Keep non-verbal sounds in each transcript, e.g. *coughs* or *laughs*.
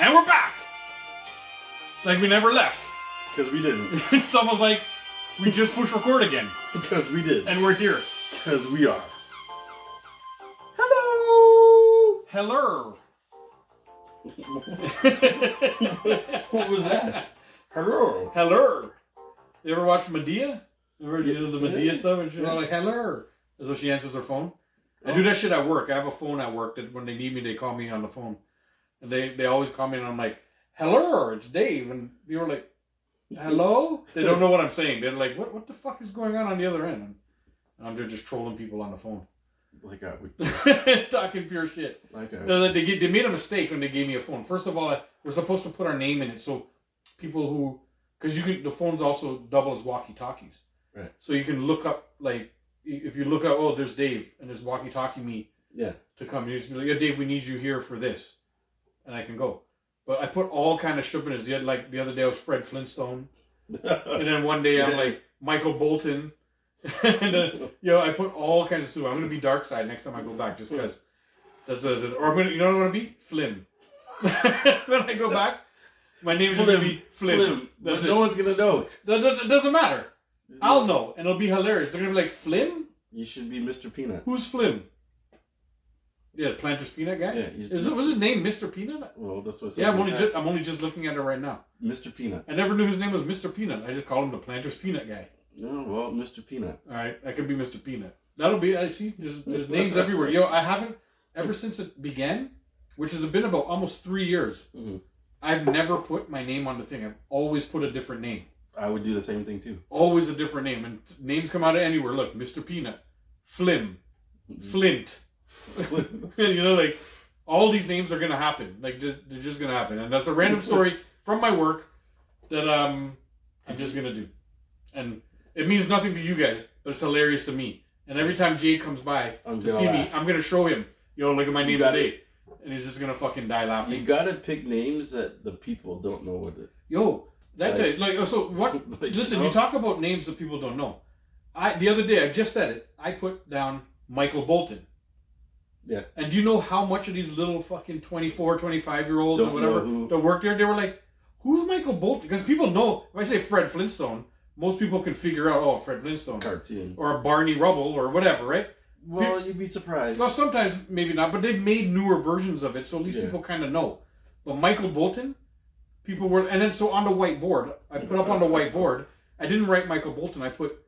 And we're back! It's like we never left. *laughs* Because we didn't. *laughs* It's almost like we just push record again, Because we did. and we're here. Because we are. Hello! Hello! What was that? Hello! Hello! You ever watch Medea? Remember you know, the Medea Yeah. stuff? And she's Yeah. all like, hello! And so she answers her phone. I do that shit at work. I have a phone at work that when they need me, they call me on the phone. And they, they always call me, and I'm like, hello, it's Dave. And people are like, hello? They don't know what I'm saying. They're like, what, what the fuck is going on on the other end? And I'm there just trolling people on the phone. *laughs* Like I, would- Talking pure shit. like I, No, they- they, gi- they made a mistake when they gave me a phone. First of all, I- we're supposed to put our name in it so people who, because you can, the phones also double as walkie talkies. Right. So you can look up like i- if you look up, oh, there's Dave, and there's walkie talkie me yeah. to come. You just be like, yeah, Dave, we need you here for this, and I can go. But I put all kind of shit in it. The oth- Like the other day, I was Fred Flintstone, *laughs* and then one day I'm like Michael Bolton, *laughs* and then you know, I put all kinds of stuff. I'm gonna be dark side next time I go back, just because. That's a, or I'm gonna, you know what I'm gonna be? Flim. *laughs* when I go back, my name's just gonna be Flim. Flim. That's it. But no one's gonna know it. That, that- that doesn't matter. I'll know, and it'll be hilarious. They're gonna be like, Flim? You should be Mr. Peanut. Who's Flim? Yeah, Planters Peanut guy. Yeah, he's- Is it, was his name Mr. Peanut? Well, that's what. it Yeah, says I'm only on just, I'm only just looking at it right now. that. Mr. Peanut. I never knew his name was Mr. Peanut. I just called him the Planters Peanut guy. No, well, Mr. Peanut. All right, I could be Mr. Peanut. That'll be. I see. There's, there's names everywhere. Yo, I haven't ever since it began, which has been about almost three years. Mhm. I've never put my name on the thing. I've always put a different name. I would do the same *laughs* thing too. Always a different name, and names come out of anywhere. Look, Mr. Peanut, Flim, Flint. *laughs* Flim. you know, like all these names are gonna happen. Like ju- they're just gonna happen, and that's a *laughs* random story from my work that um I'm just gonna do, and it means nothing to you guys, but it's hilarious to me. And every time Jay comes by I'm to gonna see laugh. me, I'm gonna show him, yo, look at my You name got today, and he's just gonna fucking die You laughing. gotta pick names that the people don't know what. It, Yo, that's Like- it. Like so, what *laughs* like, Listen, no. you talk about names that people don't know. I the other day I just said it. I put down Michael Bolton. Yeah. And do you know how much of these little fucking 24, 25 year olds or Don't whatever know who- that work there, they were like, "Who's Michael Bolton?" Because people know. If I say Fred Flintstone, most people can figure out, oh, Fred Flintstone, cartoon. or a Barney Rubble, or whatever, right? Well, you'd be surprised. Well, sometimes maybe not, but they've made newer versions of it, so at least Yeah. people kind of know. But Michael Bolton, people were, and then so on the whiteboard, I put up on the whiteboard. I didn't write Michael Bolton. I put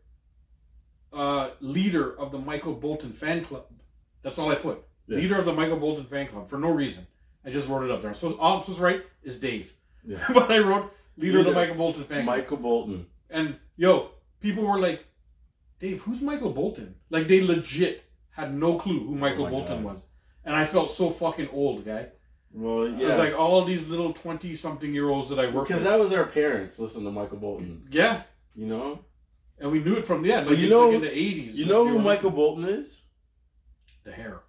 uh, leader of the Michael Bolton fan club. That's all I put. Yeah. Leader of the Michael Bolton fan club for no reason. I just wrote it up there. So all I'm supposed to write is Dave, Yeah. *laughs* but I wrote leader, of the Leader. Michael Bolton fan club. Michael Bolton. And yo, people were like, Dave, who's Michael Bolton? Like they legit had no clue who Michael Oh my Bolton God. was. And I felt so fucking old, guy. Well, It yeah. was like all these little twenty something year olds that I worked Because with. that was our parents listening to Michael Bolton, yeah. you know? And we knew it from the end. But Like, you in- know- like in the eighties. You know who Michael Bolton is? the hair.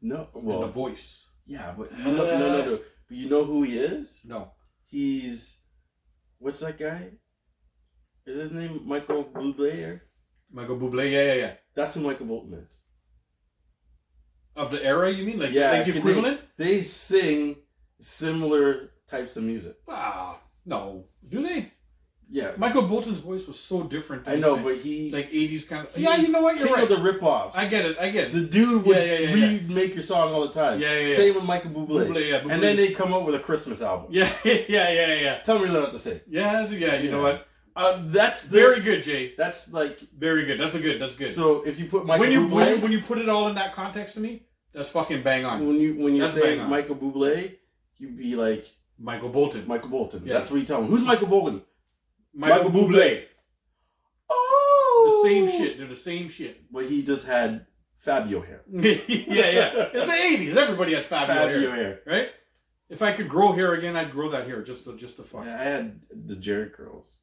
No, and the well, voice. yeah, but you know, no, no, no. But you know who he is? No. He's what's that guy? Is his name Michael Bublé? or- Michael Bublé, yeah, yeah, yeah. That's who Michael Bolton is. Of the era, you mean? Like, Yeah, like the can they- equivalent? They sing similar types of music. Ah, no. Do they? Yeah, Michael Bolton's voice was so different. than I know, his- but he like eighties kind of. he- Yeah, you know what? You're king right. of the ripoffs. I get it. I get it. the dude would Yeah, yeah, yeah, yeah. remake your song all the time. Yeah, yeah, yeah. Same with Michael Bublé. Bublé, yeah, Bublé. And then they come up with a Christmas album. Yeah, *laughs* yeah, yeah, yeah. Tell me what to say. Yeah, yeah, you know Yeah. what? Uh, that's the- Very good, Jay. That's like Very good. That's a good. That's good. so. If you put Michael when you Bublé, when you, when you put it all in that context to me, that's fucking bang on. when you when you That's say bang on. Michael Bublé, you'd be like Michael Bolton. Michael Bolton. Yeah. That's what you tell him. Who's Michael Bolton? Michael, Bublé. The Oh, same shit. They're the same shit. *laughs* But he just had Fabio hair. yeah, yeah. It's the eighties. Everybody had Fabio, Fabio hair, hair. right? If I could grow hair again, I'd grow that hair just to just to fuck. Yeah, I had the Jared curls.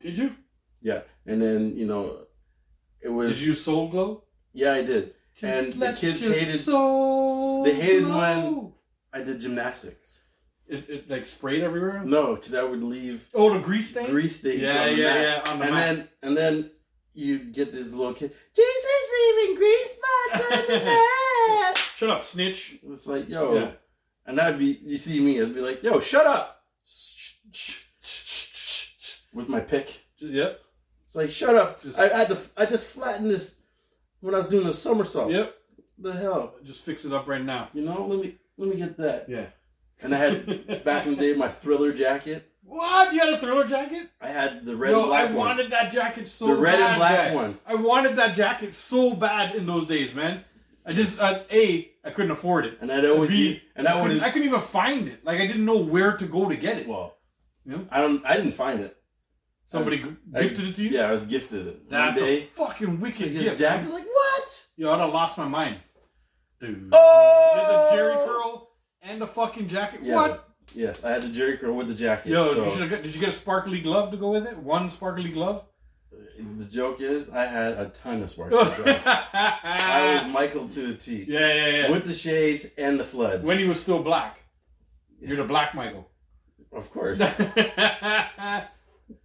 Did you? Yeah, and then you know, it was. Did you soul glow? Yeah, I did. And the kids hated- they hated when- I did gymnastics. when it, it like sprayed everywhere. No, because I would leave Oh, the grease stain. grease stains Yeah, on the yeah, mat. yeah. On the and mat. then and then you'd get this little kid. Jesus *laughs* leaving grease spots on the mat. Shut up, snitch. It's like yo, Yeah. And I'd be, you see me, I'd be like, yo, shut up. With my pick. Yep. It's like, shut up. Just- I, I, had to, I just flattened this when I was doing a somersault. Yep. The hell? Just fix it up right now. You know, let me, let me get that. Yeah. And I *laughs* had, back in the day, my thriller jacket. What? You had a thriller jacket? I had the red Yo, and black I one. wanted that jacket so the red bad, and black guy. one. I wanted that jacket so bad in those days, man. I just I, a I couldn't afford it. And I'd always, B, do- and I I would couldn't, I couldn't even find it. Like I didn't know where to go to get it. well, You know? I don't, I didn't find it. Somebody g I- gifted it to you. Yeah, I was gifted it. That's One a day, fucking wicked like gift. his jacket, like what? Yo, I'd have lost my mind. Dude. Oh! Did the Jerry curl and the fucking jacket. Yeah. What? Yes, I had the Jerry curl with the jacket. Yo, so you should have got, did you get a sparkly glove to go with it? One sparkly *laughs* glove. the joke is, I had a ton of sparkly *laughs* gloves. I was yeah, Michael to a T. yeah, yeah. With the shades and the floods. when he was still black. You're the black *laughs* Michael. Of *laughs* course.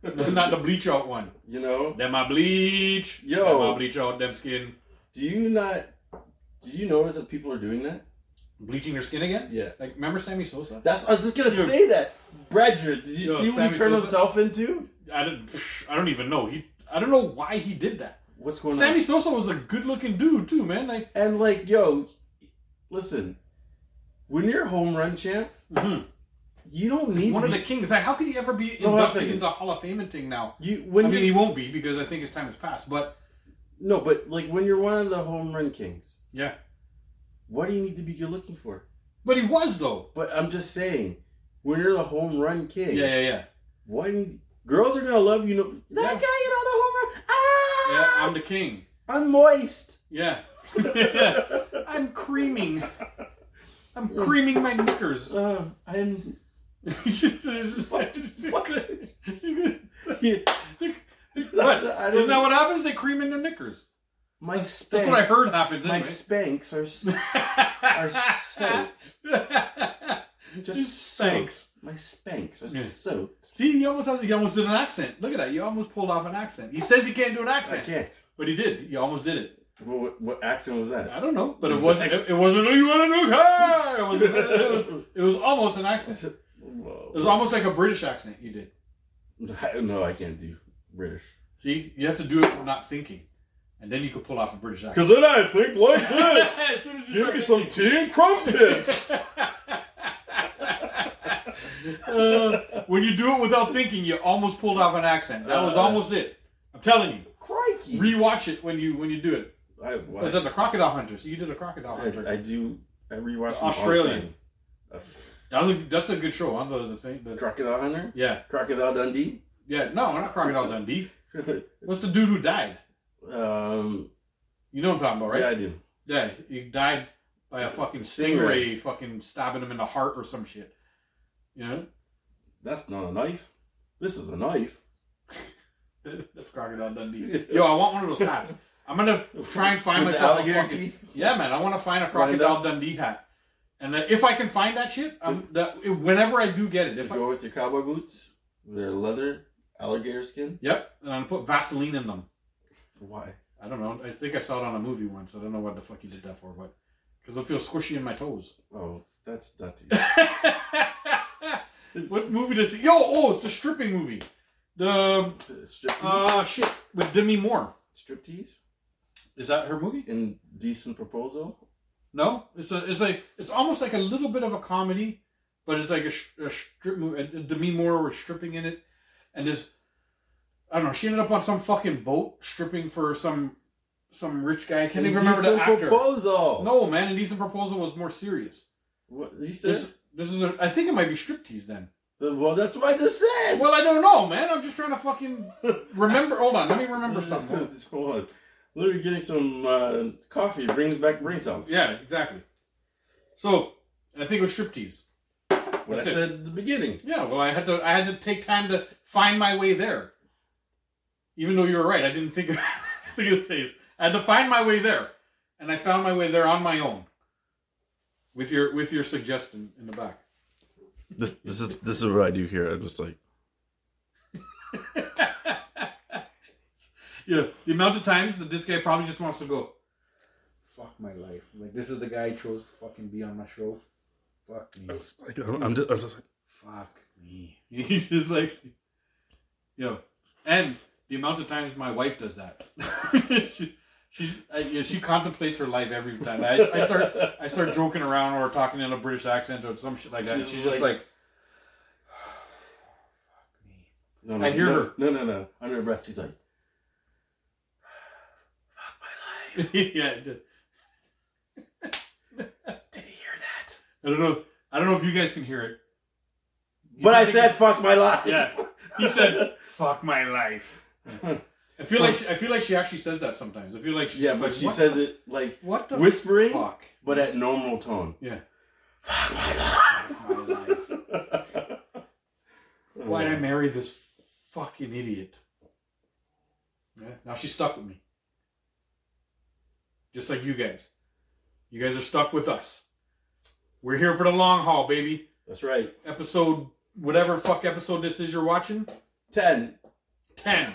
Not the bleach out one. you know? Them I bleach. Yo. Them I bleach out them skin. Do you not. Do you notice that people are doing that? Bleaching your skin again? Yeah. Like, remember Sammy Sosa? That's. I was just gonna Yo. say that. Bradger, did you Yo, see what Sammy he turned Sosa? himself into? I don't. I don't even know. He. I don't know why he did that. What's going Sammy on? Sosa was a good-looking dude too, man. Like, And like, yo, listen. When you're a home run champ, mhm. you don't need one to of be- the kings. Like, how could he ever be No, hold on a inducted second. into Hall of Fame and thing now? you when I you mean, he won't be because I think his time has passed. But no, but like when you're one of the home run kings, yeah, what do you need to be good looking for? but he was though. But I'm just saying, when you're the home run king, Yeah, yeah, yeah. why do you, girls are gonna love you? No, that guy, you know, the home run. Yeah, Ah, I'm the king. *laughs* I'm, moist. Yeah. I'm creaming. I'm creaming my *laughs* knickers. Uh, I'm. what? don't *laughs* Isn't that *laughs* what happens? They cream in their knickers. My That's spank, what I heard happens. my Anyway. spanks are s- *laughs* *laughs* are soaked. Just Spanx. soaked. My spanks are Yeah. soaked. See, he almost has, he almost did an accent. Look at that. You almost pulled off an accent. He says he can't do an I accent, can't. but he did. You almost did it. What, what, what accent was that? I don't know, but it He's wasn't. like- It, it wasn't. You want a new car? It was. It was. It was almost an accent. Uh, It was *laughs* Whoa. almost like a British accent. You did. *laughs* I- no, I can't do British. See, you have to do it not thinking, and then you could pull off a British accent. *laughs* Cause then I think like this. *laughs* As soon as you Give start me some tea and crumpets. *laughs* Uh, when you do it without thinking, you almost pulled off an accent. That was Uh. almost it. I'm telling Crikey! you. Rewatch it when you when you do it. I, It was at the Crocodile Hunter. So you did a Crocodile Hunter. I, I do. I rewatch them All Australian. the time. Uh, that was a, that's a good show. On the, the thing. The, Crocodile Hunter. yeah, Crocodile Dundee. *laughs* yeah. No, not Crocodile Dundee. What's the dude who died? um. You know what I'm talking about, Yeah, right? I do. Yeah, he died by a fucking stingray, Stingray. fucking stabbing him in the heart or some shit. You know, *laughs* That's not a knife. This is a knife. that's Crocodile *laughs* Dundee. Yo, I want one of those hats. I'm gonna try and find With the myself a alligator fucking, teeth. Yeah, man, I want to find a Lined crocodile Dundee hat, and uh, if I can find that shit, um, that, whenever I do get it, To if I, go with your cowboy boots. They're leather, alligator skin. yep, and I'm gonna put Vaseline in them. Why? I don't know. I think I saw it on a movie once. I don't know what the fuck he did that for, but because it'll feel squishy in my toes. Oh, that's dirty. what movie does he? Yo, oh, it's the stripping movie. The Striptease. uh shit with Demi Moore. Striptease. Is that her movie? Indecent proposal. No, it's a, it's like it's almost like a little bit of a comedy, but it's like a, sh- a strip movie. Demi Moore was stripping in it, and this, I don't know. She ended up on some fucking boat stripping for some some rich guy. I can't even remember the Indecent actor. proposal. No, man, indecent proposal was more serious. What you said? This this is a, I think it might be striptease then. well, that's what I just said. Well, I don't know, man. I'm just trying to fucking remember. Hold on, let me *laughs* remember *laughs* something. Hold on. Literally getting some uh, coffee brings back brain cells. Yeah, exactly. So I think it was striptease. what I that's it. said at the beginning. Yeah, well, I had to. I had to take time to find my way there. Even though you were right, I didn't think. *laughs* Look at his face. I had to find my way there, and I found my way there on my own. With your with your suggestion in the back. This, this is this is what I do here. I'm just like, yeah, the amount of times that this guy probably just wants to go. Fuck my life. Like this is the guy I chose to fucking be on my show. Fuck me. I was like, I'm, I'm just, I'm just like, Fuck *laughs* me. He's just like, yo. And the amount of times my wife does that, *laughs* she she, I, you know, she contemplates her life every time. I, I start I start joking around or talking in a British accent or some shit like that. She's She's, just like- like, *laughs* *sighs* No, no, I hear no, her. No, no, no. Under her breath, she's like, *laughs* yeah. "Did he hear that?" I don't know. I don't know if you guys can hear it. But I think- said, "Fuck my life." Yeah. He *laughs* said, "Fuck my life." I feel like she, I feel like she actually says that sometimes. I feel like she's yeah, just but like, she "What says the- it like what the whispering, fuck but at normal tone. Yeah. Fuck my my life. life. *laughs* Why'd I marry this fucking idiot? Yeah, now she's stuck with me. Just like you guys. You guys are stuck with us. We're here for the long haul, baby. That's right. Episode, whatever fuck episode this is you're watching, *laughs* Ten. 10.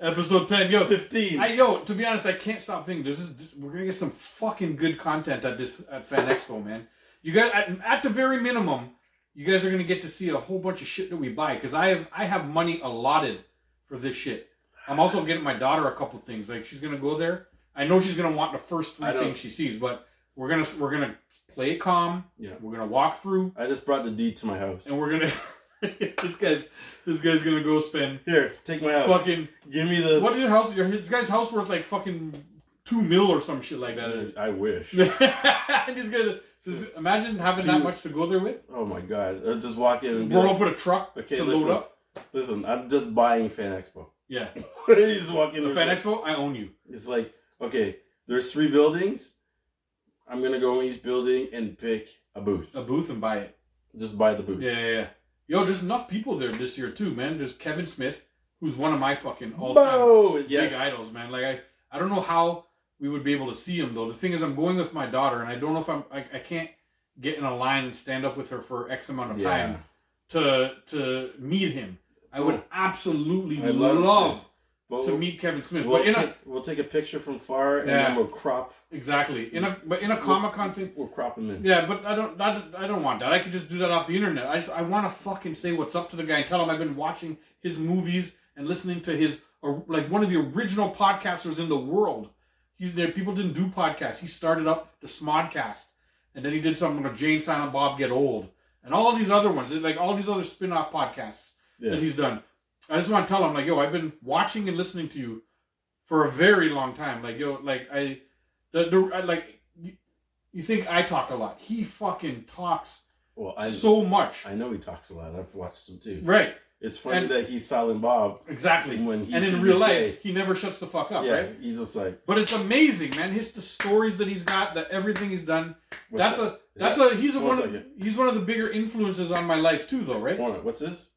episode 10. Yo, Fifteen. I yo, to be honest, I can't stop thinking. This is we're gonna get some fucking good content at this at Fan Expo, man. You guys, at, at the very minimum, you guys are gonna get to see a whole bunch of shit that we buy because I have I have money allotted for this shit. I'm also getting my daughter a couple things. Like she's gonna go there. I know she's gonna want the first three I don't- things she sees, but we're gonna we're gonna play it calm. Yeah. We're gonna walk through, I just brought the deed to my house. and we're gonna *laughs* this guy's this guy's gonna go spend Here, take my house. fucking Give me the. what is your house? Your this guy's house worth like fucking two mil or some shit like that. *laughs* I wish. and he's gonna just imagine having that Two- much to go there with. oh my god! i just walk in and be Roll like, up with a truck Okay, to listen. load up. listen, I'm just buying Fan Expo. *laughs* Yeah, you just walk in. the and- Fan Expo, I own you. It's like okay, there's three buildings. I'm gonna go in each building and pick a booth. A booth and buy it. Just buy the booth. Yeah, yeah, yeah. Yo, there's enough people there this year too, man. There's Kevin Smith, who's one of my fucking all time Bo! Yes. big idols, man. Like I, I don't know how we would be able to see him though. The thing is, I'm going with my daughter, and I don't know if I'm, I, I can't get in a line and stand up with her for X amount of time. to to meet him. I would Cool. absolutely I'd Oh. love love, to. But to we'll, meet Kevin Smith, We'll, but in take, we'll take a picture from far and Yeah. then we'll crop. a exactly in a but in a Comic Con thing. We'll crop them in. Yeah, but I don't I don't- I don't want that. I could just do that off the internet. I just I want to fucking say what's up to the guy and tell him I've been watching his movies and listening to his or like one of the original podcasters in the world. He's there. People didn't do podcasts. He started up the Smodcast, and then he did something like Jane Silent Bob Get Old, and all these other ones, like all these other spin-off podcasts. Yeah. that he's done. I just want to tell him, like, yo, I've been watching and listening to you for a very long time. Like, yo, like I, the, the I, like, you, you think I talk a lot? He fucking talks Well, I, so much. I know he talks a lot. I've watched him too. right? It's funny And- that he's Silent Bob Exactly. when he and in should real be life, Jay. he never shuts the fuck up, yeah, right? he's just like But it's amazing, man. His the stories that he's got, that everything he's done. what's that's that? a that's a he's a, One one of, second. he's one of the bigger influences on my life too, though, right? Hold on, what's this?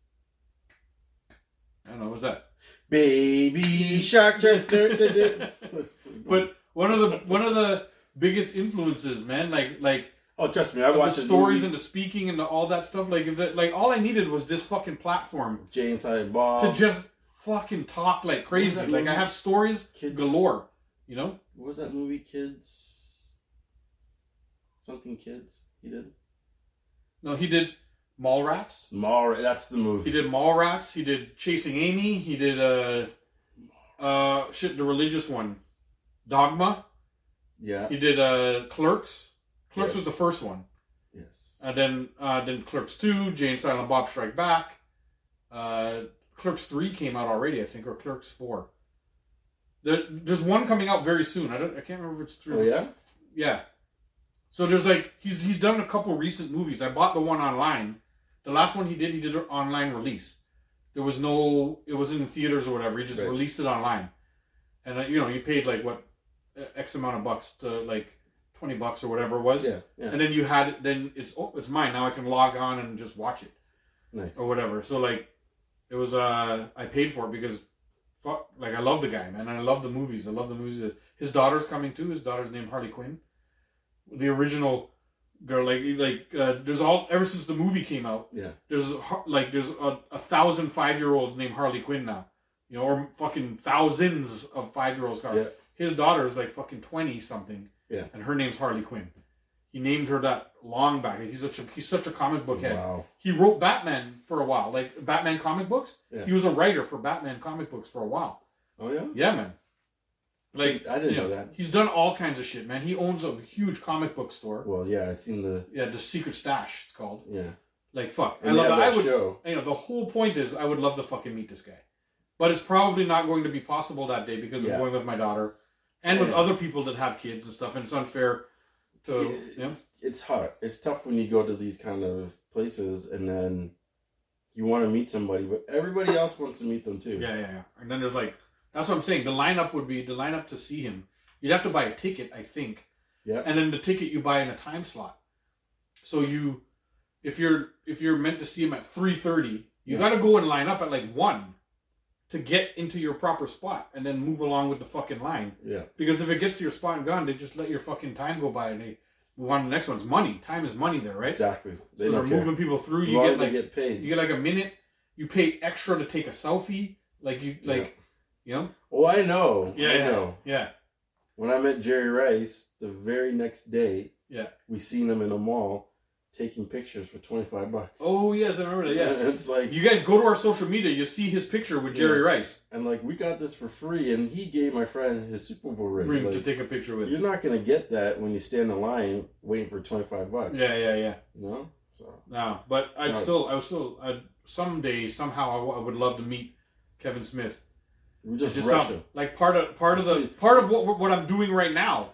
I don't know. What's that? Baby *laughs* shark. shark, dur- dur- dur. But one of the one of the biggest influences, man. Like like oh, trust me, I of watched the stories and the speaking and the, all that stuff. Like, if that, like all I needed was this fucking platform Jay and Silent Bob. to just fucking talk like crazy. Um, that Like, I movie? have stories Kids. galore. You know, What was that movie, Kids? Something Kids. He did. no, he did Mallrats. Mall. That's the He movie. did Mallrats. He did Chasing Amy. He did uh, uh, shit, the religious one, Dogma. Yeah. He did uh, Clerks. Clerks Yes. was the first one, Yes. and then uh, then Clerks Two, Jane Silent Bob Strike Back. Uh, Clerks Three came out already, I think, or Clerks Four. There, there's one coming out very soon. I don't, I can't remember if it's three. Oh or- yeah. Yeah. So there's like he's he's done a couple recent movies. I bought the one online. The last one he did, he did an online release. There was no, it was in theaters or whatever. He just Right. released it online, and uh, you know, you paid like what uh, x amount of bucks to like twenty bucks or whatever it was. Yeah. Yeah. And then you had it. Then it's oh, it's mine now. I can log on and just watch it Nice. or whatever. So like, it was uh, I paid for it because, fuck, like I love the guy, man. I love the movies. I love the movies. His daughter's coming too. His daughter's named Harley Quinn, the original girl. Like like uh, there's all ever since the movie came out. Yeah. There's a har- like there's a, a thousand five year olds named Harley Quinn now, you know, or fucking thousands of five year olds. Yeah. His daughter's like fucking twenty something. Yeah. And her name's Harley Quinn. He named her that long back. He's such a he's such a comic book head. Wow. He wrote Batman for a while, like Batman comic books. Yeah. He was a writer for Batman comic books for a while. Oh yeah. Yeah, man. Like I didn't you know that. He's done all kinds of shit, man. He owns a huge comic book store. Well, yeah, I seen the Yeah, the Secret Stash, it's called. yeah. Like fuck, And I love they that. have I would, show. you know, the whole point is I would love to fucking meet this guy, but it's probably not going to be possible that day because Yeah. I'm going with my daughter and with Yeah. other people that have kids and stuff, and it's unfair to yeah. it's, it's hard. It's tough when you go to these kind of places and then you want to meet somebody, but everybody else wants to meet them too. yeah, yeah, yeah. And then there's like that's what I'm saying. The lineup would be the lineup to see him. You'd have to buy a ticket, I think, Yeah. and then the ticket you buy in a time slot. So you, if you're if you're meant to see him at three thirty, you Yeah. got to go and line up at like one to get into your proper spot, and then move along with the fucking line. Yeah. Because if it gets to your spot and gone, they just let your fucking time go by and they move on to the next one. It's money. Time is money there, right? Exactly. They so they're don't care. moving people through. As You long get as they like get paid. you get like a minute. You pay extra to take a selfie. Like you like you know? oh, I know. Yeah, I yeah. know. Yeah. When I met Jerry Rice, the very next day, Yeah. we seen him in a mall taking pictures for twenty five bucks. Oh yes, I remember that, yeah. *laughs* it's like You guys go to our social media, you see his picture with Jerry Rice and like we got this for free, and he gave my friend his Super Bowl ring. ring Like, to take a picture with. you're not gonna get that when you stand in line waiting for twenty five bucks. Yeah, yeah, yeah. You know. So No, but I'd No. still, I would still, I'd, someday, somehow, I, w- I would love to meet Kevin Smith. we It's just, just rush how- him. like part of part of the part of what what I'm doing right now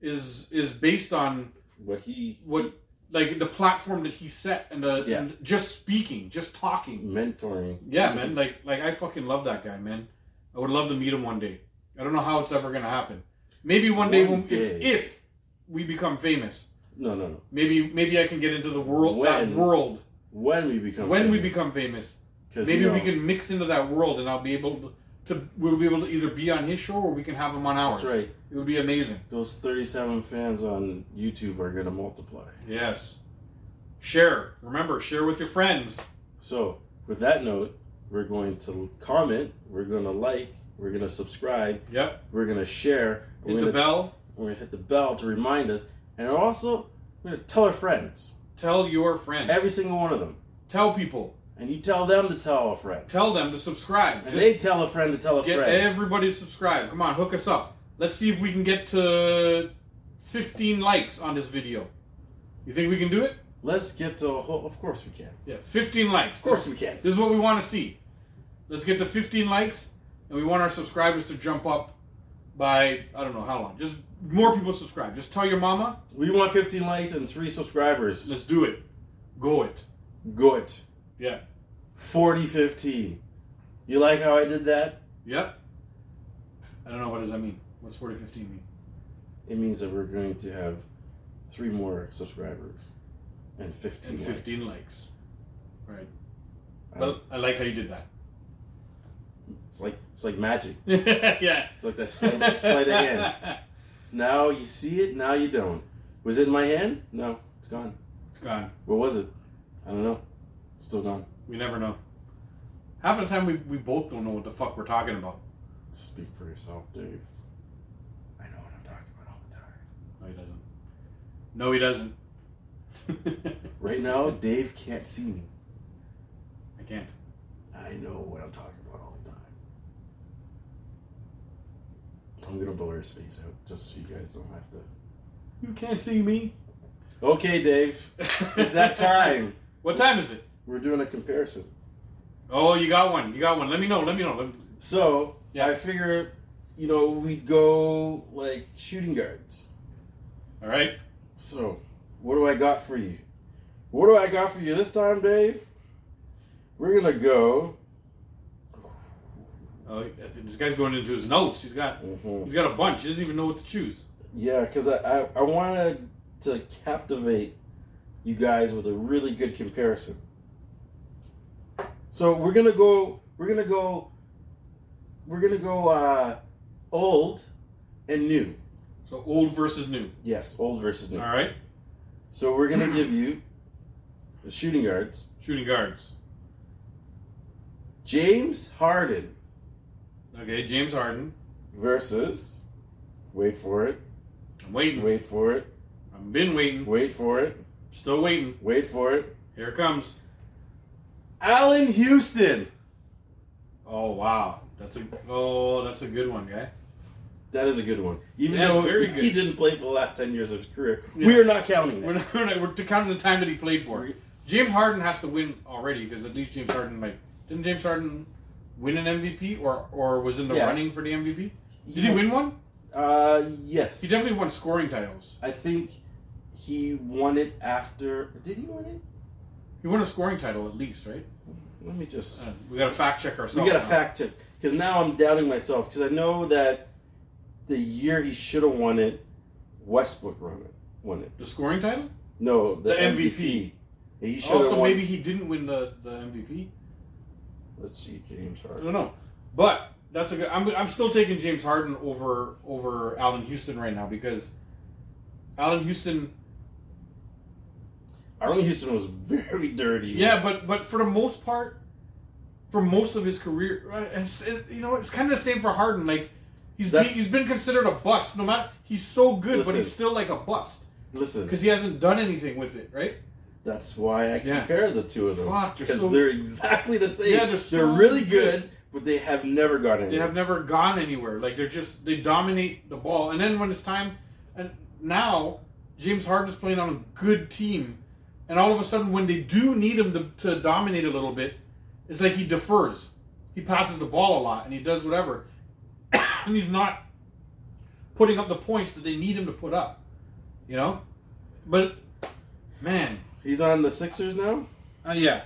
is is based on What he what like the platform that he set and the Yeah. and just speaking, just talking. mentoring. Yeah, He was man. Like like I fucking love that guy, man. I would love to meet him one day. I don't know how it's ever gonna happen. Maybe one, day One when day. If, if we become famous, No, no, no. maybe maybe I can get into the world that When? world When we become when we famous. become famous. 'Cause, Maybe you know, we can mix into that world, and I'll be able to. To, we'll be able to either be on his show or we can have him on ours. That's right. It would be amazing. Those thirty-seven fans on YouTube are gonna multiply. Yes. Share. Remember, share with your friends. So with that note, we're going to comment. We're gonna like. We're gonna subscribe. Yep. We're gonna share. We're Hit gonna the bell. We're gonna hit the bell to remind us, and also we're gonna tell our friends, Tell your friends. every single one of them, tell people. and you tell them to tell a friend, Tell them to subscribe. and Just they tell a friend to tell a get friend. everybody to subscribe. Come on, hook us up. Let's see if we can get to 15 likes on this video. You think we can do it? Let's get to a whole. Of course we can. Yeah, 15 likes. Of course we can. This is what we want to see. Let's get to 15 likes, and we want our subscribers to jump up by, I don't know how long. Just more people subscribe. Just tell your mama. We want 15 likes and three subscribers. Let's do it. Go it. Good. Yeah. 40 15. You like how I did that? Yep. I don't know what does that mean. What's 40 15 mean? It means that we're going to have three more subscribers and 15. And likes. 15 likes. Right. I- Well, I like how you did that. It's like it's like magic. *laughs* yeah. It's like that sleight, sleight of hand. Now you see it. Now you don't. Was it in my hand? No, it's gone. *laughs* It's gone. What was it? I don't know. It's still gone. We never know. Half of the time we, we both don't know what the fuck we're talking about. Speak for yourself, Dave. I know what I'm talking about all the time. No, he doesn't. No, he doesn't. Right now, Dave can't see me. *laughs* I can't. I know what I'm talking about all the time. I'm gonna blur his face out just so you guys don't have to. You can't see me. Okay, Dave. *laughs* *laughs* It's that time. what time is it? We're doing a comparison. Oh, you got one. You got one. Let me know. Let me know. Let me... So Yeah. I figure, you know, we'd go like shooting guards. All right. So, what do I got for you? What do I got for you this time, Dave? We're gonna go. Oh, I think this guy's going into his notes. He's got Mhm. he's got a bunch. He doesn't even know what to choose. Yeah, because I, I I wanted to captivate you guys with a really good comparison. So we're gonna go. We're gonna go. We're gonna go uh, old and new. So old versus new. Yes, old versus All new. right. So we're gonna give you the shooting guards. Shooting guards. James Harden Okay, James Harden. versus. Wait for it. I'm waiting. Wait for it. I'm I've been waiting. Wait for it. Still waiting. Wait for it. Here it comes. Allen Houston. Oh wow, that's a oh that's a good one, guy. That is a good one. Even That's though very he good. didn't play for the last 10 years of his career, Yeah. we are not counting We're that. not, we're, not, we're counting the time that he played for. James Harden has to win already because at least James Harden like didn't James Harden win an MVP or or was in the Yeah. running for the MVP? Did he win one? Uh, yes. He definitely won scoring titles. I think he won it after. Did he win it? He won a scoring title at least, right? Let me just. Uh, we got to fact check we ourselves. got to now. fact check because now I'm doubting myself because I know that the year he should have won it, Westbrook won it. Won it. the scoring title. No, the, The MVP. MVP. He should have Also, won. maybe he didn't win the, the MVP. Let's see, James I Harden. don't know, but that's a good. I'm, I'm still taking James Harden over over Allen Houston right now because Allen Houston. Allen Houston was very dirty. Yeah, but but for the most part, for most of his career, right, it's, it, you know, it's kind of the same for Harden. Like he's been, That's- he's been considered a bust. No matter he's so good, Listen. but he's still like a bust Listen, because he hasn't done anything with it, right? that's why I Yeah. compare the two of them. Fuck, they're because so- they're exactly the same. Yeah, they're so really good. good, but they have never gotten. They anywhere. have never gone anywhere. Like they're just they dominate the ball. And then when it's time, and now James Harden's playing on a good team, and all of a sudden when they do need him to, to dominate a little bit, it's like he defers. He passes the ball a lot and he does whatever, *coughs* and he's not putting up the points that they need him to put up. You know, but man, He's on the Sixers now. uh, yeah.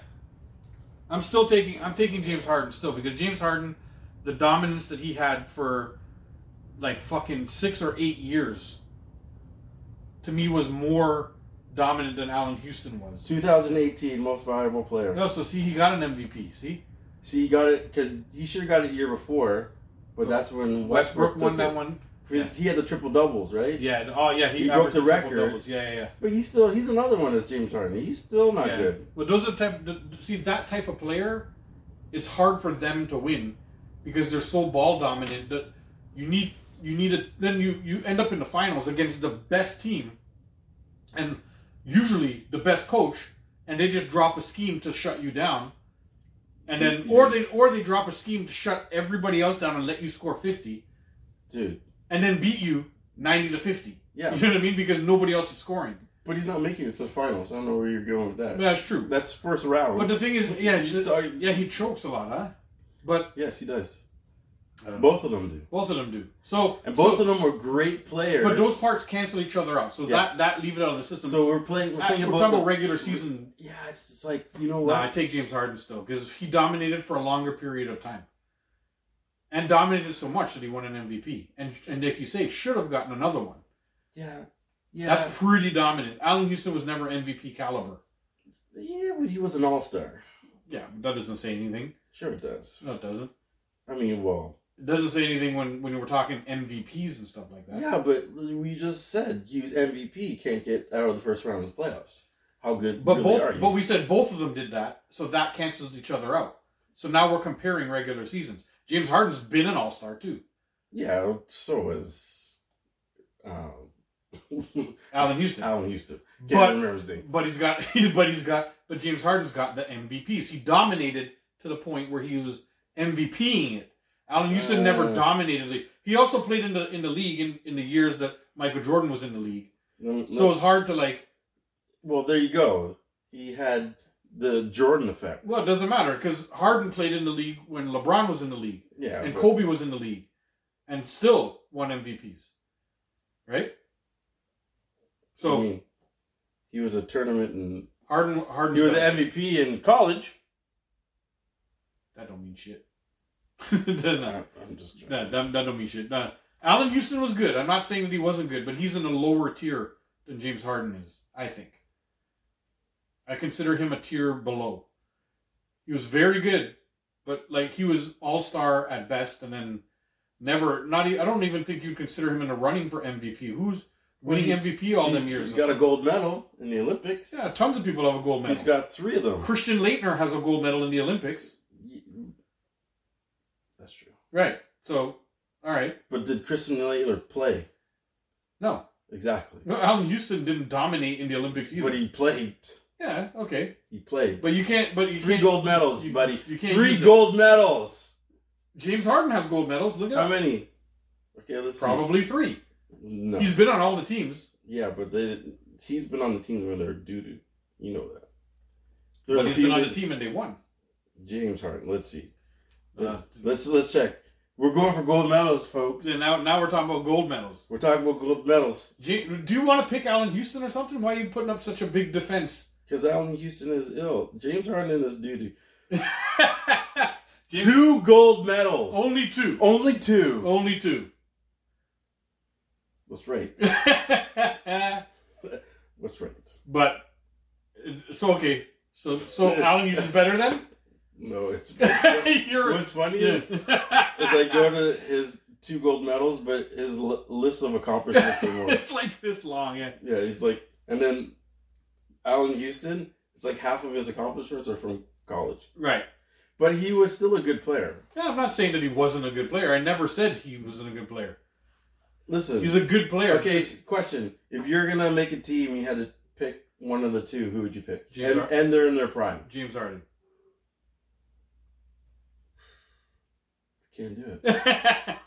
I'm still taking I'm taking James Harden still because James Harden, the dominance that he had for like fucking six or eight years, to me was more dominant than Allen Houston was. 2018 Most Valuable Player. No, so see he got an MVP. See See, he got it because he should have got it the year before, but that's when Westbrook Westbrook, won took that it. one. Because he had the triple doubles, right? Yeah. Oh yeah. He, He broke averaged the triple record. doubles. Yeah, yeah, yeah. But he's still he's another one as James Harden. He's still not yeah. good. But those are the type. The, see that type of player, it's hard for them to win because they're so ball dominant that you need you need a then you you end up in the finals against the best team, and usually the best coach, and they just drop a scheme to shut you down. And then, or they or they drop a scheme to shut everybody else down and let you score fifty, Dude. and then beat you ninety to fifty. Yeah. You know what I mean? Because nobody else is scoring. But he's not making it to the finals. I don't know where you're going with that. That's true. That's first round. But the thing is, yeah, you- Sorry. yeah, he chokes a lot, huh? But yes, he does. I don't know. Both of them do. both of them do. So Uh, And both so- of them were great players. but those parts cancel each other out. So Yeah. that that leave it out of the system. So we're playing. We're I, thinking we're about, talking the, about regular season. Yeah, it's, it's like you know Nah, I what? take James Harden still because he dominated for a longer period of time, and dominated so much that he won an MVP. And and like you say, should have gotten another one. yeah, yeah. That's pretty dominant. Allen Houston was never MVP caliber. yeah, but he was an all star. Yeah, but that doesn't say anything. Sure, it does. No, it doesn't. I mean, well, It doesn't say anything when when we're talking MVPs and stuff like that. Yeah, but we just said use MVP can't get out of the first round of the playoffs. How good But really are both, you? but we said both of them did that, so that cancels each other out. So now we're comparing regular seasons. James Harden's been an All Star too. yeah, so is um, *laughs* Allen Houston, Allen Houston. Can't but remember his name. but he's got *laughs* but he's got but James Harden's got the MVPs. He dominated to the point where he was MVPing it. Allen Houston never Uh. dominated. The, he also played in the in the league in, in the years that Michael Jordan was in the league. No, So no. it's hard to like. well, there you go. He had the Jordan effect. Well, it doesn't matter because Harden played in the league when LeBron was in the league. yeah, and but- Kobe was in the league and still won MVPs. Right? So I mean, he was a tournament and Harden Harden he was an MVP in college. that don't mean shit. *laughs* no, I- I'm just trying. no, that, that don't mean shit. No. Allen Houston was good. I'm not saying that he wasn't good, but he's in a lower tier than James Harden is, I think. I consider him a tier below. He was very good, but like he was all star at best, and then never not. e- I don't even think you'd consider him in the running for MVP. Who's winning He- MVP all them He's- years? he's got a gold medal in the Olympics. Yeah, tons of people have a gold medal. He's got three of them. Christian Leitner has a gold medal in the Olympics. Ye- That's true. Right. So, all right. But did Christian Laettner play? No. Exactly. No, Allen Houston didn't dominate in the Olympics either. But he played. yeah, okay, He played. but you can't. But you 3 can't, gold medals, you- buddy. You can't Three use it. gold medals. James Harden has gold medals. Look at How that. many? Okay, let's see. Probably three. No. He's been on all the teams. Yeah, but they, he's been on the team when they're doo doo. You know that. They're But he's been on the that- team and they won. James Harden. Let's see. Uh, let's let's check. We're going for gold medals, folks. then now, now we're talking about gold medals. We're talking about gold medals J- Do you want to pick Allen Houston or something? Why are you putting up such a big defense? because Allen Houston is ill. James Harden is doo doo. *laughs* James- Two gold medals. Only Oh. two. Only two. Only two. *laughs* That's right. That's right. but so okay. So so Allen Houston's better *laughs* then. No, *laughs* it's You're *laughs* what's funny is, yes. is *laughs* I go to his two gold medals, but his l- list of accomplishments are *laughs* more. it's like this long. Yeah. Yeah, it's like, and then Allen Houston, it's like half of his accomplishments are from college, Right. but he was still a good player. Yeah, I'm not saying that he wasn't a good player. I never said he wasn't a good player. Listen, He's a good player. okay. Just- question: If you're gonna make a team, you had to pick one of the two. Who would you pick? James and, Har- and they're in their prime. James Harden. *laughs* Can't do it. yeah.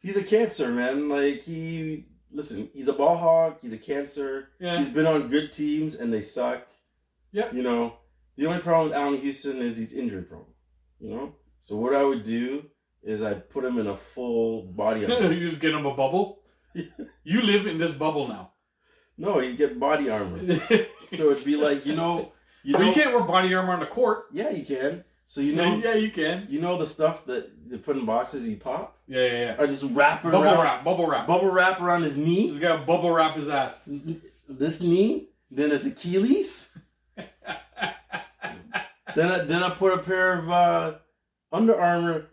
He's a cancer, man. Like he, listen, he's a ball hawk. He's a cancer. He's been on good teams and they suck. Yep. You know, the only problem with Allen Houston is he's injury prone. You know, so what I would do is I'd put him in a *laughs* full body. armor. *laughs* you just get him a bubble. you live in this bubble *laughs* now. no, he'd get body armor. So it'd be like you know, you Well, *laughs* know, you can't wear body armor on the court. yeah, you can. So you *laughs* know, yeah, you can. you know the stuff that they put in boxes. You pop. Yeah, yeah, yeah. I just wrap it Bubble around, wrap, bubble wrap. bubble wrap around his knee. He's got to bubble wrap his ass. this knee, then *laughs* his Achilles. then I, then I put a pair of uh, Under Armour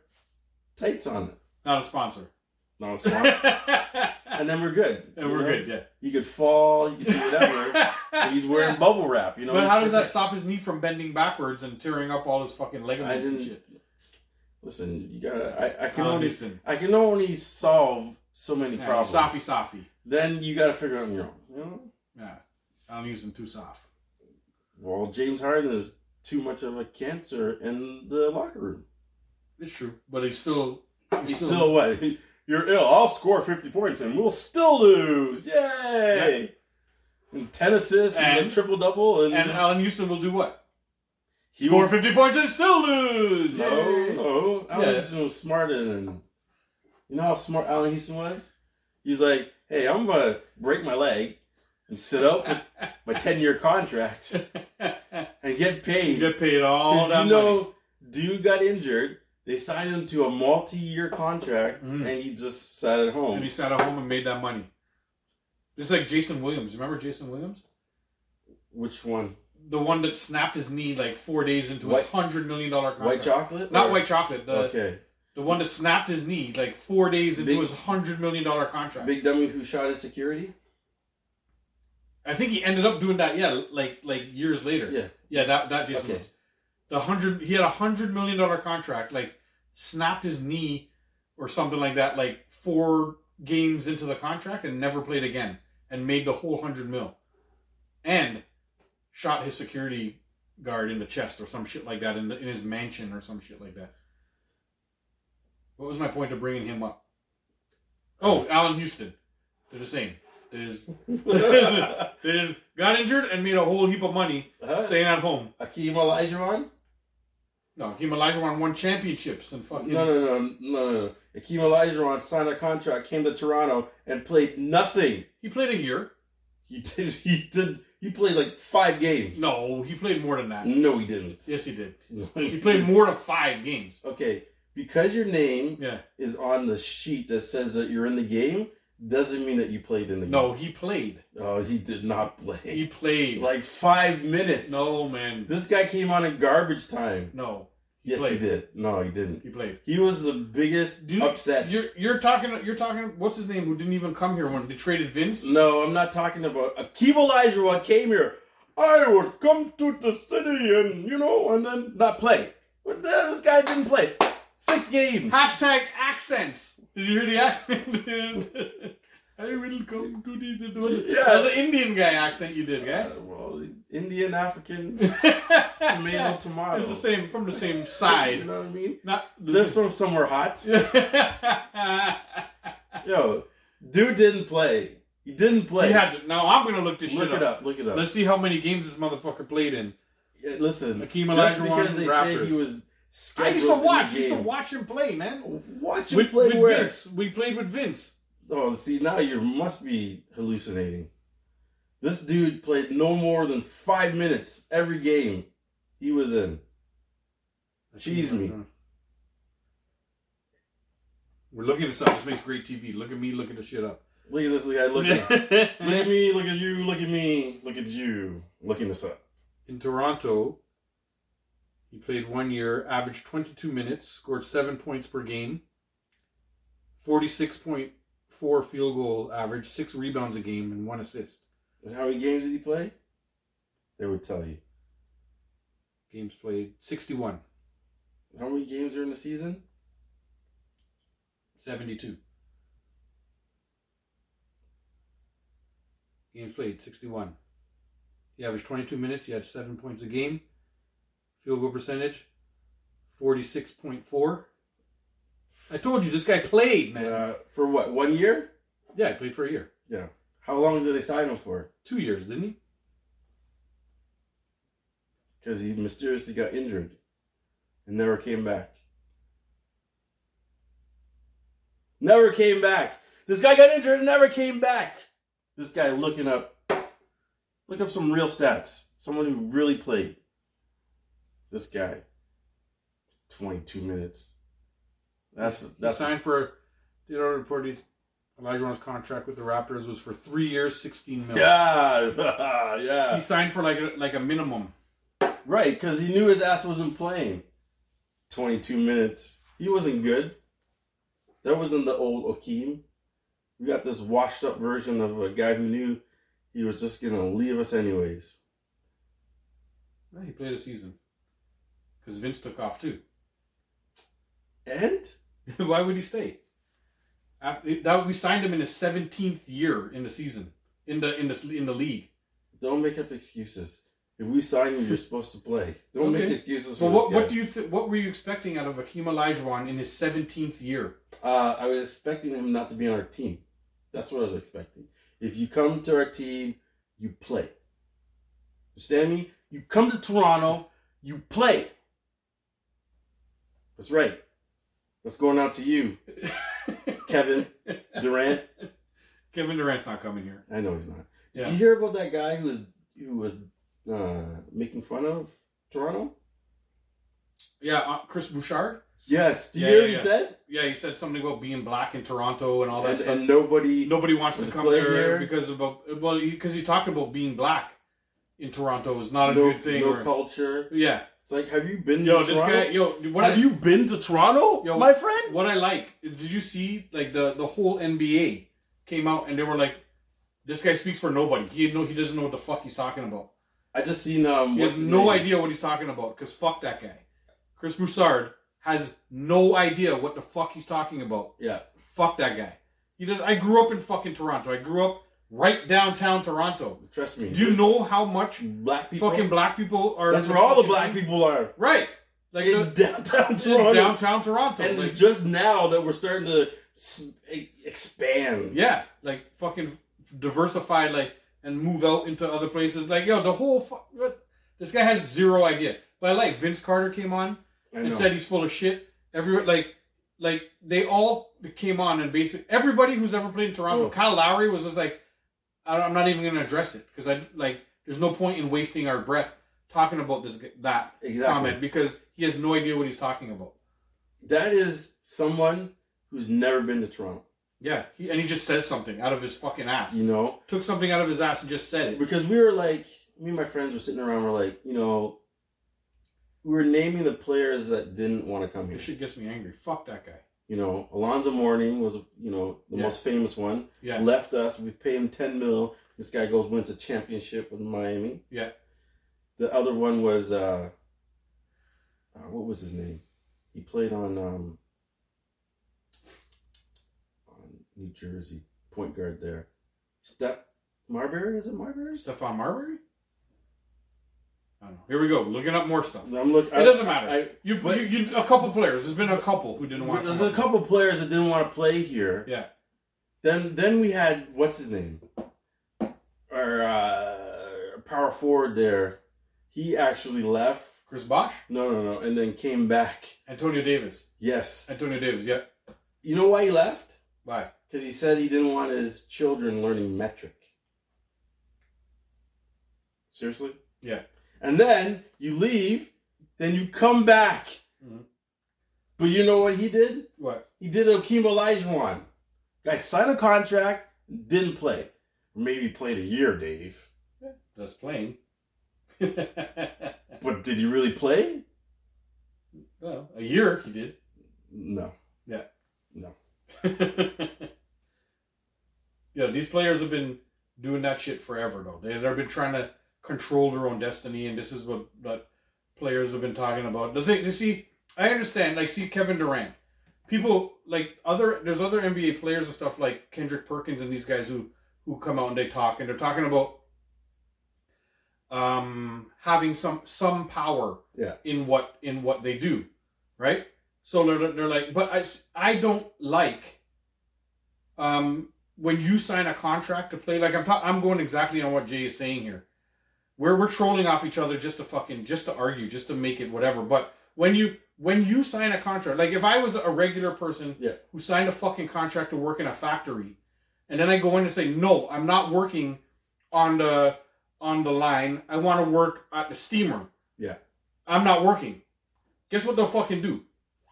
tights on it. Not a sponsor. *laughs* Not a sponsor. and and then we're good. we're You know? good, yeah. *laughs* You could fall. You could do *laughs* whatever. but he's wearing bubble wrap. You know. but he's how does that protect- stop his knee from bending backwards and tearing up all his fucking I ligaments and didn't. shit? Listen, you gotta. I, I can Allen only. Houston. I can only solve so many Yeah, problems. Soffy, soffy. Then you gotta figure it out on your own. You know. Yeah. I'm using too soft. Well, James Harden is too much of a cancer in the locker room. It's true, but he's still. He's, You still, what? You're ill. I'll score 50 points and we'll still lose. Yay! And 10 assists and, And- a triple double and, And Allen Houston will do what? he Score will- 50 points and still lose! No, Yay! no. Allen Yeah. Oh, Houston was smarter than you know how smart Allen Houston was. He's like, hey, I'm gonna break my leg and sit out for *laughs* my 10 year contract and get you paid. get paid all 'Cause that you know, money. dude got injured. They signed him to a multi year contract Mm. and he just sat at home. And he sat at home and made that money. Just like Jason Williams. Remember Jason Williams? Which one? The one that snapped his knee like four days into White- his $100 million contract. White chocolate? Not Or- white chocolate. The, Okay. the one that snapped his knee like four days into Big- his $100 million contract. Big dummy who shot his security? I think he ended up doing that, yeah, like like years later. Yeah. Yeah, that, that Jason Okay. Williams. The hundred he had a hundred million dollar contract, like snapped his knee or something like that, like four games into the contract and never played again and made the whole hundred mil. And shot his security guard in the chest or some shit like that in, the, in his mansion or some shit like that. What was my point of bringing him up? Oh, Allen Houston. They're the same. They just, *laughs* huh? they just got injured and made a whole heap of money Uh, staying at home. Akeem Olajuwon? No, Hakeem Olajuwon won championships and No, fucking. no, no, no, no. Akeem Olajuwon signed a contract, came to Toronto, and played nothing. He played a year. He *laughs* did. He did. He played like five games. No, he played more than that. No, he didn't. Yes, he did. No, He played more than five games. Okay, because your name Yeah. is on the sheet that says that you're in the game, doesn't mean that you played in the No, he played. game. No. Oh, he did not play. He *laughs* played. Like five minutes. No, man. This guy came on in garbage time. No. He Yes, he played. did. No, he didn't. He played. He was the biggest Dude, upset. You're you're talking you're talking what's his name who didn't even come here when they traded Vince? No, I'm not talking about Akeem Olajuwon came here. I would come to the city and you know, and then not play. But uh, this guy didn't play. Six games. Hashtag accents. Did you hear the accent? *laughs* I will come to the. the- the- Yeah. That was an Indian guy accent you did, *laughs* guy. *laughs* Uh, well, Indian, African, tomato, it's tomato. the same from the same You side. know what I mean? Not Live some somewhere hot. you Yo, dude didn't play. He didn't play. had to. Now I'm gonna look this look shit it up. Look it up. Let's see how many games this motherfucker played in. Yeah, listen, Akeem just Olajuwon, because they say Raptors. he was I scheduled used to in the watch. used to game. watch him play, man. Watch him With, play with where? Vince, we played with Vince. Oh, see, now you must be hallucinating. This dude played no more than five minutes every game he was in. Cheese me. We're looking at something. This makes great TV. Look at me. Look at the shit up. Look at this guy looking. *laughs* look at me, look at you, look at me, look at you. Looking this up. in Toronto, he played one year, averaged 22 minutes, scored seven points per game, 46.4 field goal average, six rebounds a game, and one assist. And how many games did he play? They would tell you. Games played 61, How many games are in the season? 72. Games played 61. He averaged 22 minutes. He had seven points a game. Field goal percentage 46.4. I told you this guy played, man. Uh, for what? One year? Yeah, he played for a year. How long did they sign him for? Two years, didn't he? Because he mysteriously got injured and never came back. Never came back. This guy got injured and never came back. This guy looking up. Look up some real stats. Someone who really played. This guy. 22 minutes. That's that's he signed for. They already reported Elijah Warren's contract with the Raptors was for three years, sixteen million. yeah, *laughs* yeah. He signed for like a, like a minimum. Right, because he knew his ass wasn't playing. 22 minutes. He wasn't good. That wasn't the old Akeem. We got this washed up version of a guy who knew he was just going to leave us anyways. Yeah, he played a season because Vince took off too. *laughs* And? Why would he stay? After, that we signed him in his seventeenth year in the season in the in the in the league. Don't make up excuses. If we sign you, you're supposed to play. Don't make Okay. excuses But for this what guy. what do you th- what were you expecting out of Akeem Olajuwon in his seventeenth year? *laughs* Uh, I was expecting him not to be on our team. That's what I was expecting. If you come to our team, you play. Understand me? You come to Toronto, you play. That's right. That's going out to you, Kevin Durant. Kevin Durant's not coming here. I know he's not. Did Yeah. you hear about that guy who was who was uh, making fun of Toronto? Yeah, uh, Chris Bouchard. Yes. Do you Yeah, hear yeah, what yeah. he said? Yeah, he said something about being black in Toronto and all that And, stuff. and nobody. Nobody wants to With come Clay there here. because about well, because he, talked about being black in Toronto is not a no, good thing. no or- culture. yeah, It's like, have you been yo, to this Toronto? guy, yo, what I, Have you been to Toronto, Yo, my friend? what I like? Did you see like the the whole NBA came out and they were like, this guy speaks for nobody. He no, he doesn't know what the fuck he's talking about. I just seen um. He what's has his no name? idea what he's talking about because fuck that guy. Chris Broussard has no idea what the fuck he's talking about. Yeah, Fuck that guy. He did, I grew up in fucking Toronto. I grew up right downtown Toronto. trust me. Do you know how much black people. fucking black people are? that's where all the black people are Right. Like in the, downtown in Toronto. downtown Toronto. and like, it's just now that we're starting to s- e- expand. yeah, like fucking diversify, like and move out into other places. Like yo, the whole fu- what- this guy has zero idea. But I like Vince Carter came on I and know. said he's full of shit. Everyone like. Like they all came on and basically everybody who's ever played in Toronto, Oh. Kyle Lowry was just like, I don't, I'm not even going to address it because I like there's no point in wasting our breath talking about this g- that exactly. comment because he has no idea what he's talking about. That is someone who's never been to Toronto. Yeah, he, and he just says something out of his fucking ass. You know, Took something out of his ass and just said it. because we were like, me and my friends were sitting around. We're like, you know, we were naming the players that didn't want to come here. This shit gets me angry. Fuck that guy. You know, Alonzo Mourning was, you know, the Yeah. most famous one. Yeah, left us. We pay him ten mil. This guy goes wins a championship with Miami. Yeah. The other one was uh, uh what was his name? He played on um on New Jersey. point guard there. Step Marbury? Is it Marbury? Stefan Marbury? I don't know. Here we go. Looking up more stuff. I'm look. It doesn't matter. Uh, I, You, But- you, you a couple players. There's been a couple who didn't want. there's to a couple players that didn't want to play here. Yeah. Then then we had what's his name? Our uh, power forward there. He actually left. Chris Bosch, No, no, no, and then came back. Antonio Davis, Yes. Antonio Davis. Yeah. You know why he left? Bye. Because he said he didn't want his children learning metric. Seriously? Yeah. And then you leave, then you come back. Mhm. But you know what he did? What? He did Okeem Olajuwon. Guy signed a contract, didn't play. Maybe played a year, Dave. That's playing. *laughs* But did he really play? well, a year he did. No. *laughs* yeah, these players have been doing that shit forever though. They, they've been trying to control their own destiny, and this is what what players have been talking about. The thing, you see, I understand. Like, see Kevin Durant. People like other there's other NBA players and stuff like Kendrick Perkins and these guys who who come out and they talk and they're talking about um having some some power Yeah. in what in what they do, right? So they're, they're like, but I, I don't like um, when you sign a contract to play. Like I'm ta- I'm going exactly on what Jay is saying here, where we're trolling off each other just to fucking just to argue, just to make it whatever. But when you when you sign a contract, like if I was a regular person Yeah. who signed a fucking contract to work in a factory, and then I go in and say, no, I'm not working on the on the line. I want to work at the steamer. Yeah. I'm not working. Guess what they'll fucking do?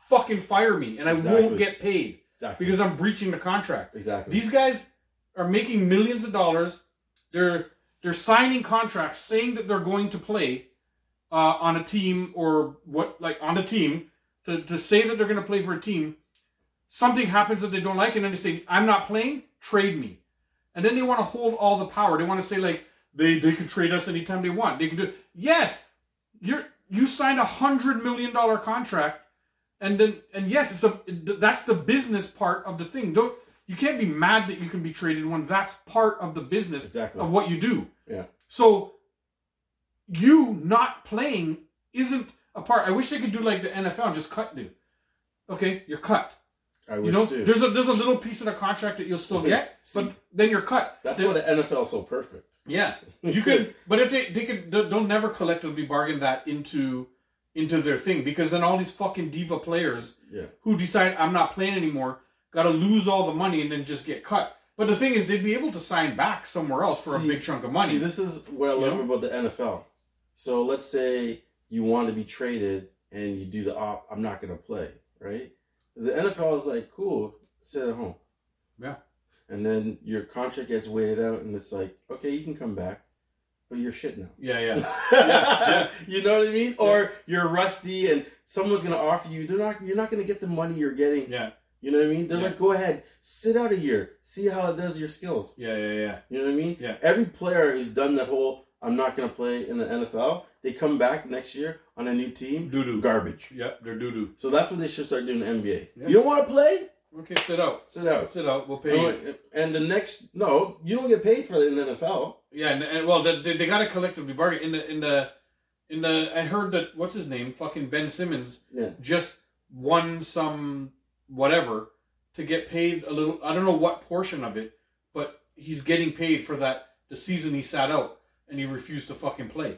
Fucking fire me, and I Exactly. won't get paid Exactly. because I'm breaching the contract. exactly. These guys are making millions of dollars. They're they're signing contracts saying that they're going to play uh, on a team or what like on a team to, to say that they're going to play for a team. Something happens that they don't like, and then they say, "I'm not playing. Trade me." And then they want to hold all the power. They want to say like they they can trade us anytime they want. They can do yes. You're you signed a hundred million dollar contract, and then and yes, it's a that's the business part of the thing. Don't you can't be mad that you can be traded when that's part of the business exactly. of what you do. Yeah. So you not playing isn't a part. I wish they could do like the NFL and just cut dude. Okay, you're cut. I You wish know, too. there's a there's a little piece of the contract that you'll still get, See, but then you're cut. that's there- why the NFL is so perfect. Yeah, you could, but if they they could they'll they'll never collectively bargain that into into their thing because then all these fucking diva players *laughs* yeah. who decide I'm not playing anymore, got to lose all the money and then just get cut. But the thing is, they'd be able to sign back somewhere else for See- a big chunk of money. See, this is what I You love know? about the NFL. So let's say you want to be traded and you do the op, I'm not going to play, right? The NFL is like, cool, sit at home. Yeah. And then your contract gets waited out and it's like, okay, you can come back, but you're shit now. yeah, *laughs* yeah, yeah. you know what I mean? Or you're rusty and someone's going to offer you, they're not, you're not going to get the money you're getting. yeah, You know what I mean? They're Yeah. like, go ahead, sit out a year, see how it does to your skills. yeah, yeah, yeah. You know what I mean? Yeah. Every player who's done that whole "I'm not going to play in the NFL," they come back next year on a new team, Doo doo. garbage. Yeah, they're doo doo. So that's what they should start doing in the NBA. Yeah. You don't want to play? Okay, sit out, Sit out. sit out. We'll pay you. And- And the next, no, you don't get paid for it in the NFL. Yeah, and, and well, they, they got to collectively bargain in the in the in the. I heard that what's his name, fucking Ben Simmons, Yeah. just won some whatever to get paid a little. I don't know what portion of it, but he's getting paid for that the season he sat out and he refused to fucking play.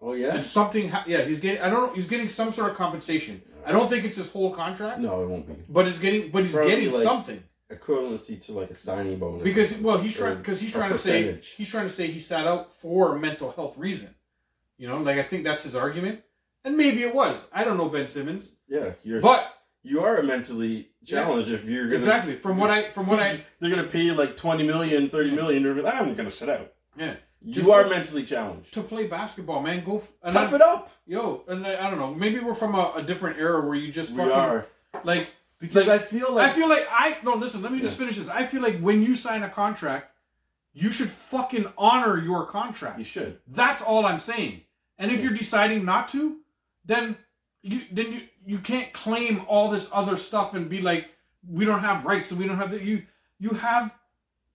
Oh yeah. And something, ha- yeah, he's getting. I don't know. He's getting some sort of compensation. I don't think it's his whole contract, No, it won't be but it's getting. But he's Probably getting like- something equivalency to like a signing bonus because well, he's trying Or because he's a trying to say percentage. he's trying to say he sat out for a mental health reason. You know, like I think that's his argument, and maybe it was. I don't know Ben Simmons, yeah, you're but you are mentally challenged if you're gonna exactly from what I from what *laughs* I they're gonna pay you like 20 million, 30 million. You're like, I'm gonna sit out. Yeah. You Just- are mentally challenged. to play basketball, man, go f- and Tough I, it up. yo, and I, I don't know. Maybe we're from a, a different era where you just We fucking are. like Because Like, I feel I like feel like I no. Listen, let me just finish this. I feel like when you sign a contract, you should fucking honor your you contract. should. That's all I'm saying. And if you're deciding not to, then you then you you can't claim all this other stuff and be like, we don't have rights and we don't have that. You you have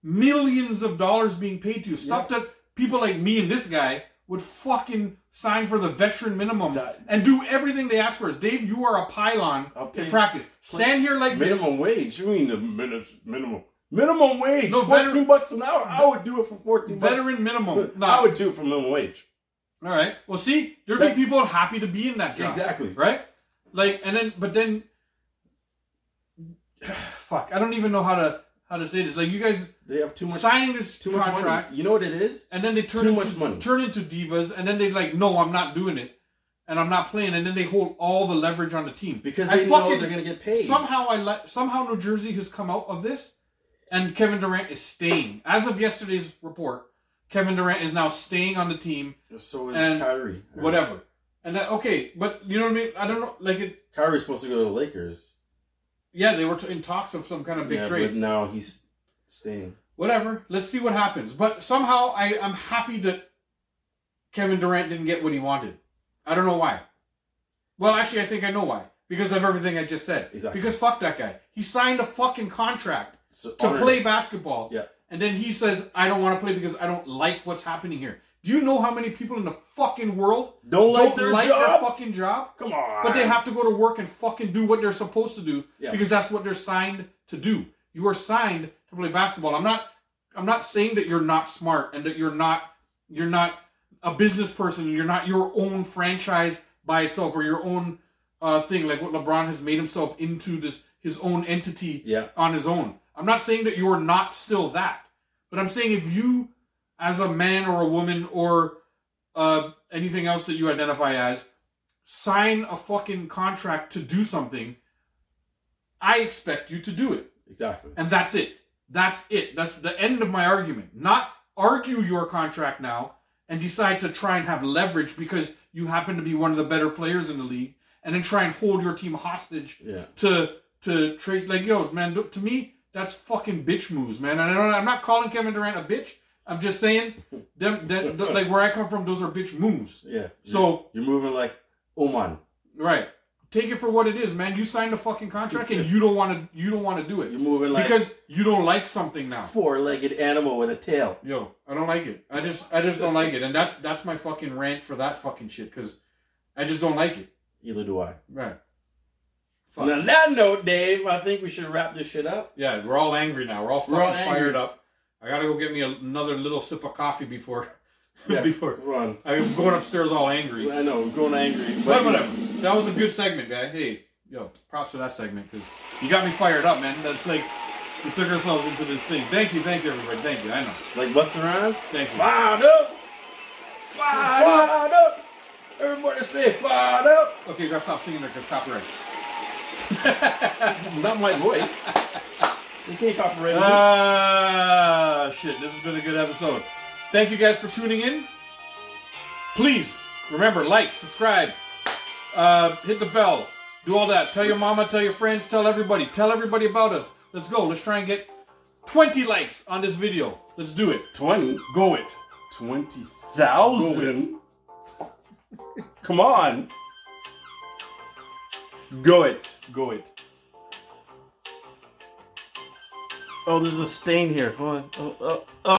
millions of dollars being paid to you. Stuff that people like me and this guy would fucking sign for the veteran minimum That- and do everything they ask for us. Dave, you are a pylon I'll pay- in practice. Stand here like this. Oh, Minimum wage. You mean the min- minimum? Minimum wage. No, fourteen veteran- bucks an hour. I would do it for fourteen. Veteran minimum. Bucks. No. *laughs* I would do it for minimum wage. All right. Well, see, there'd That- be people happy to be in that job. Exactly. Right? Like, and then, but then, *sighs* fuck, I don't even know how to how to say this. Like, you guys They have too much. signing this too much contract, money. You know what it is? and then they turn Too into, much money. turn into divas, and then they like, no, I'm not doing it, and I'm not playing, and then they hold all the leverage on the team Because I they know fucking- they're gonna get paid. Somehow, I let somehow New Jersey has come out of this, and Kevin Durant is staying. As of yesterday's report, Kevin Durant is now staying on the team. so is and Kyrie. whatever. And that okay, but you know what I mean? I don't know. Like it, Kyrie's supposed to go to the Lakers. yeah, they were t- in talks of some kind of big yeah, trade. but now he's staying. Whatever. Let's see what happens. But somehow I I'm happy that Kevin Durant didn't get what he wanted. I don't know why. Well, actually, I think I know why. Because of everything I just said. Exactly. Because fuck that guy. He signed a fucking contract So, to honored. play basketball. Yeah. And then he says, I don't want to play because I don't like what's happening here. Do you know how many people in the fucking world Don't like don't their like their job. fucking job? Come on. But they have to go to work and fucking do what they're supposed to do Yeah. because that's what they're signed to do. You are signed to play basketball. I'm not I'm not saying that you're not smart and that you're not you're not a business person and you're not your own franchise by itself or your own uh, thing like what LeBron has made himself into this his own entity Yeah. on his own. I'm not saying that you're not still that, but I'm saying if you, as a man or a woman or uh, anything else that you identify as, sign a fucking contract to do something, I expect you to do it. Exactly. And that's it. That's it. That's the end of my argument. Not argue your contract now and decide to try and have leverage because you happen to be one of the better players in the league and then try and hold your team hostage Yeah. to to trade like yo man th- to me that's fucking bitch moves man and I don't, I'm not calling Kevin Durant a bitch I'm just saying them, that th- like where I come from those are bitch moves Yeah. so you're moving like Oman. right take it for what it is man you signed a fucking contract and you don't want to you don't want to do You're it moving like because you don't like something now four-legged animal with a tail. yo I don't like it I just I just don't like it and that's that's my fucking rant for that fucking shit because I just don't like it Either do I. right And on that note, Dave, I think we should wrap this shit up. Yeah, we're all angry now. We're all fucking We're all angry. fired up. I gotta go get me another little sip of coffee before. *laughs* Yeah. before Run. I'm going upstairs all angry. I know, I'm going angry. But whatever. That was a good segment, guy. Hey, yo, props to that segment because you got me fired up, man. That's like we took ourselves into this thing. Thank you, thank you, everybody. Thank you. I know. Like busting around. Thank you. Fired up. Fired up. Fired up. Everybody stay fired up. Okay, you gotta stop singing there because copyright. Not *laughs* my voice. You can't copyright me. Uh, Ah, shit. This has been a good episode. Thank you guys for tuning in. Please remember like, subscribe, uh, hit the bell, do all that. Tell your mama, tell your friends, tell everybody, tell everybody about us. Let's go. Let's try and get 20 likes on this video. Let's do it. 20. Go it. 20,000? Come on. Go it. Go it. Oh, there's a stain here. Hold on. Oh, oh, oh.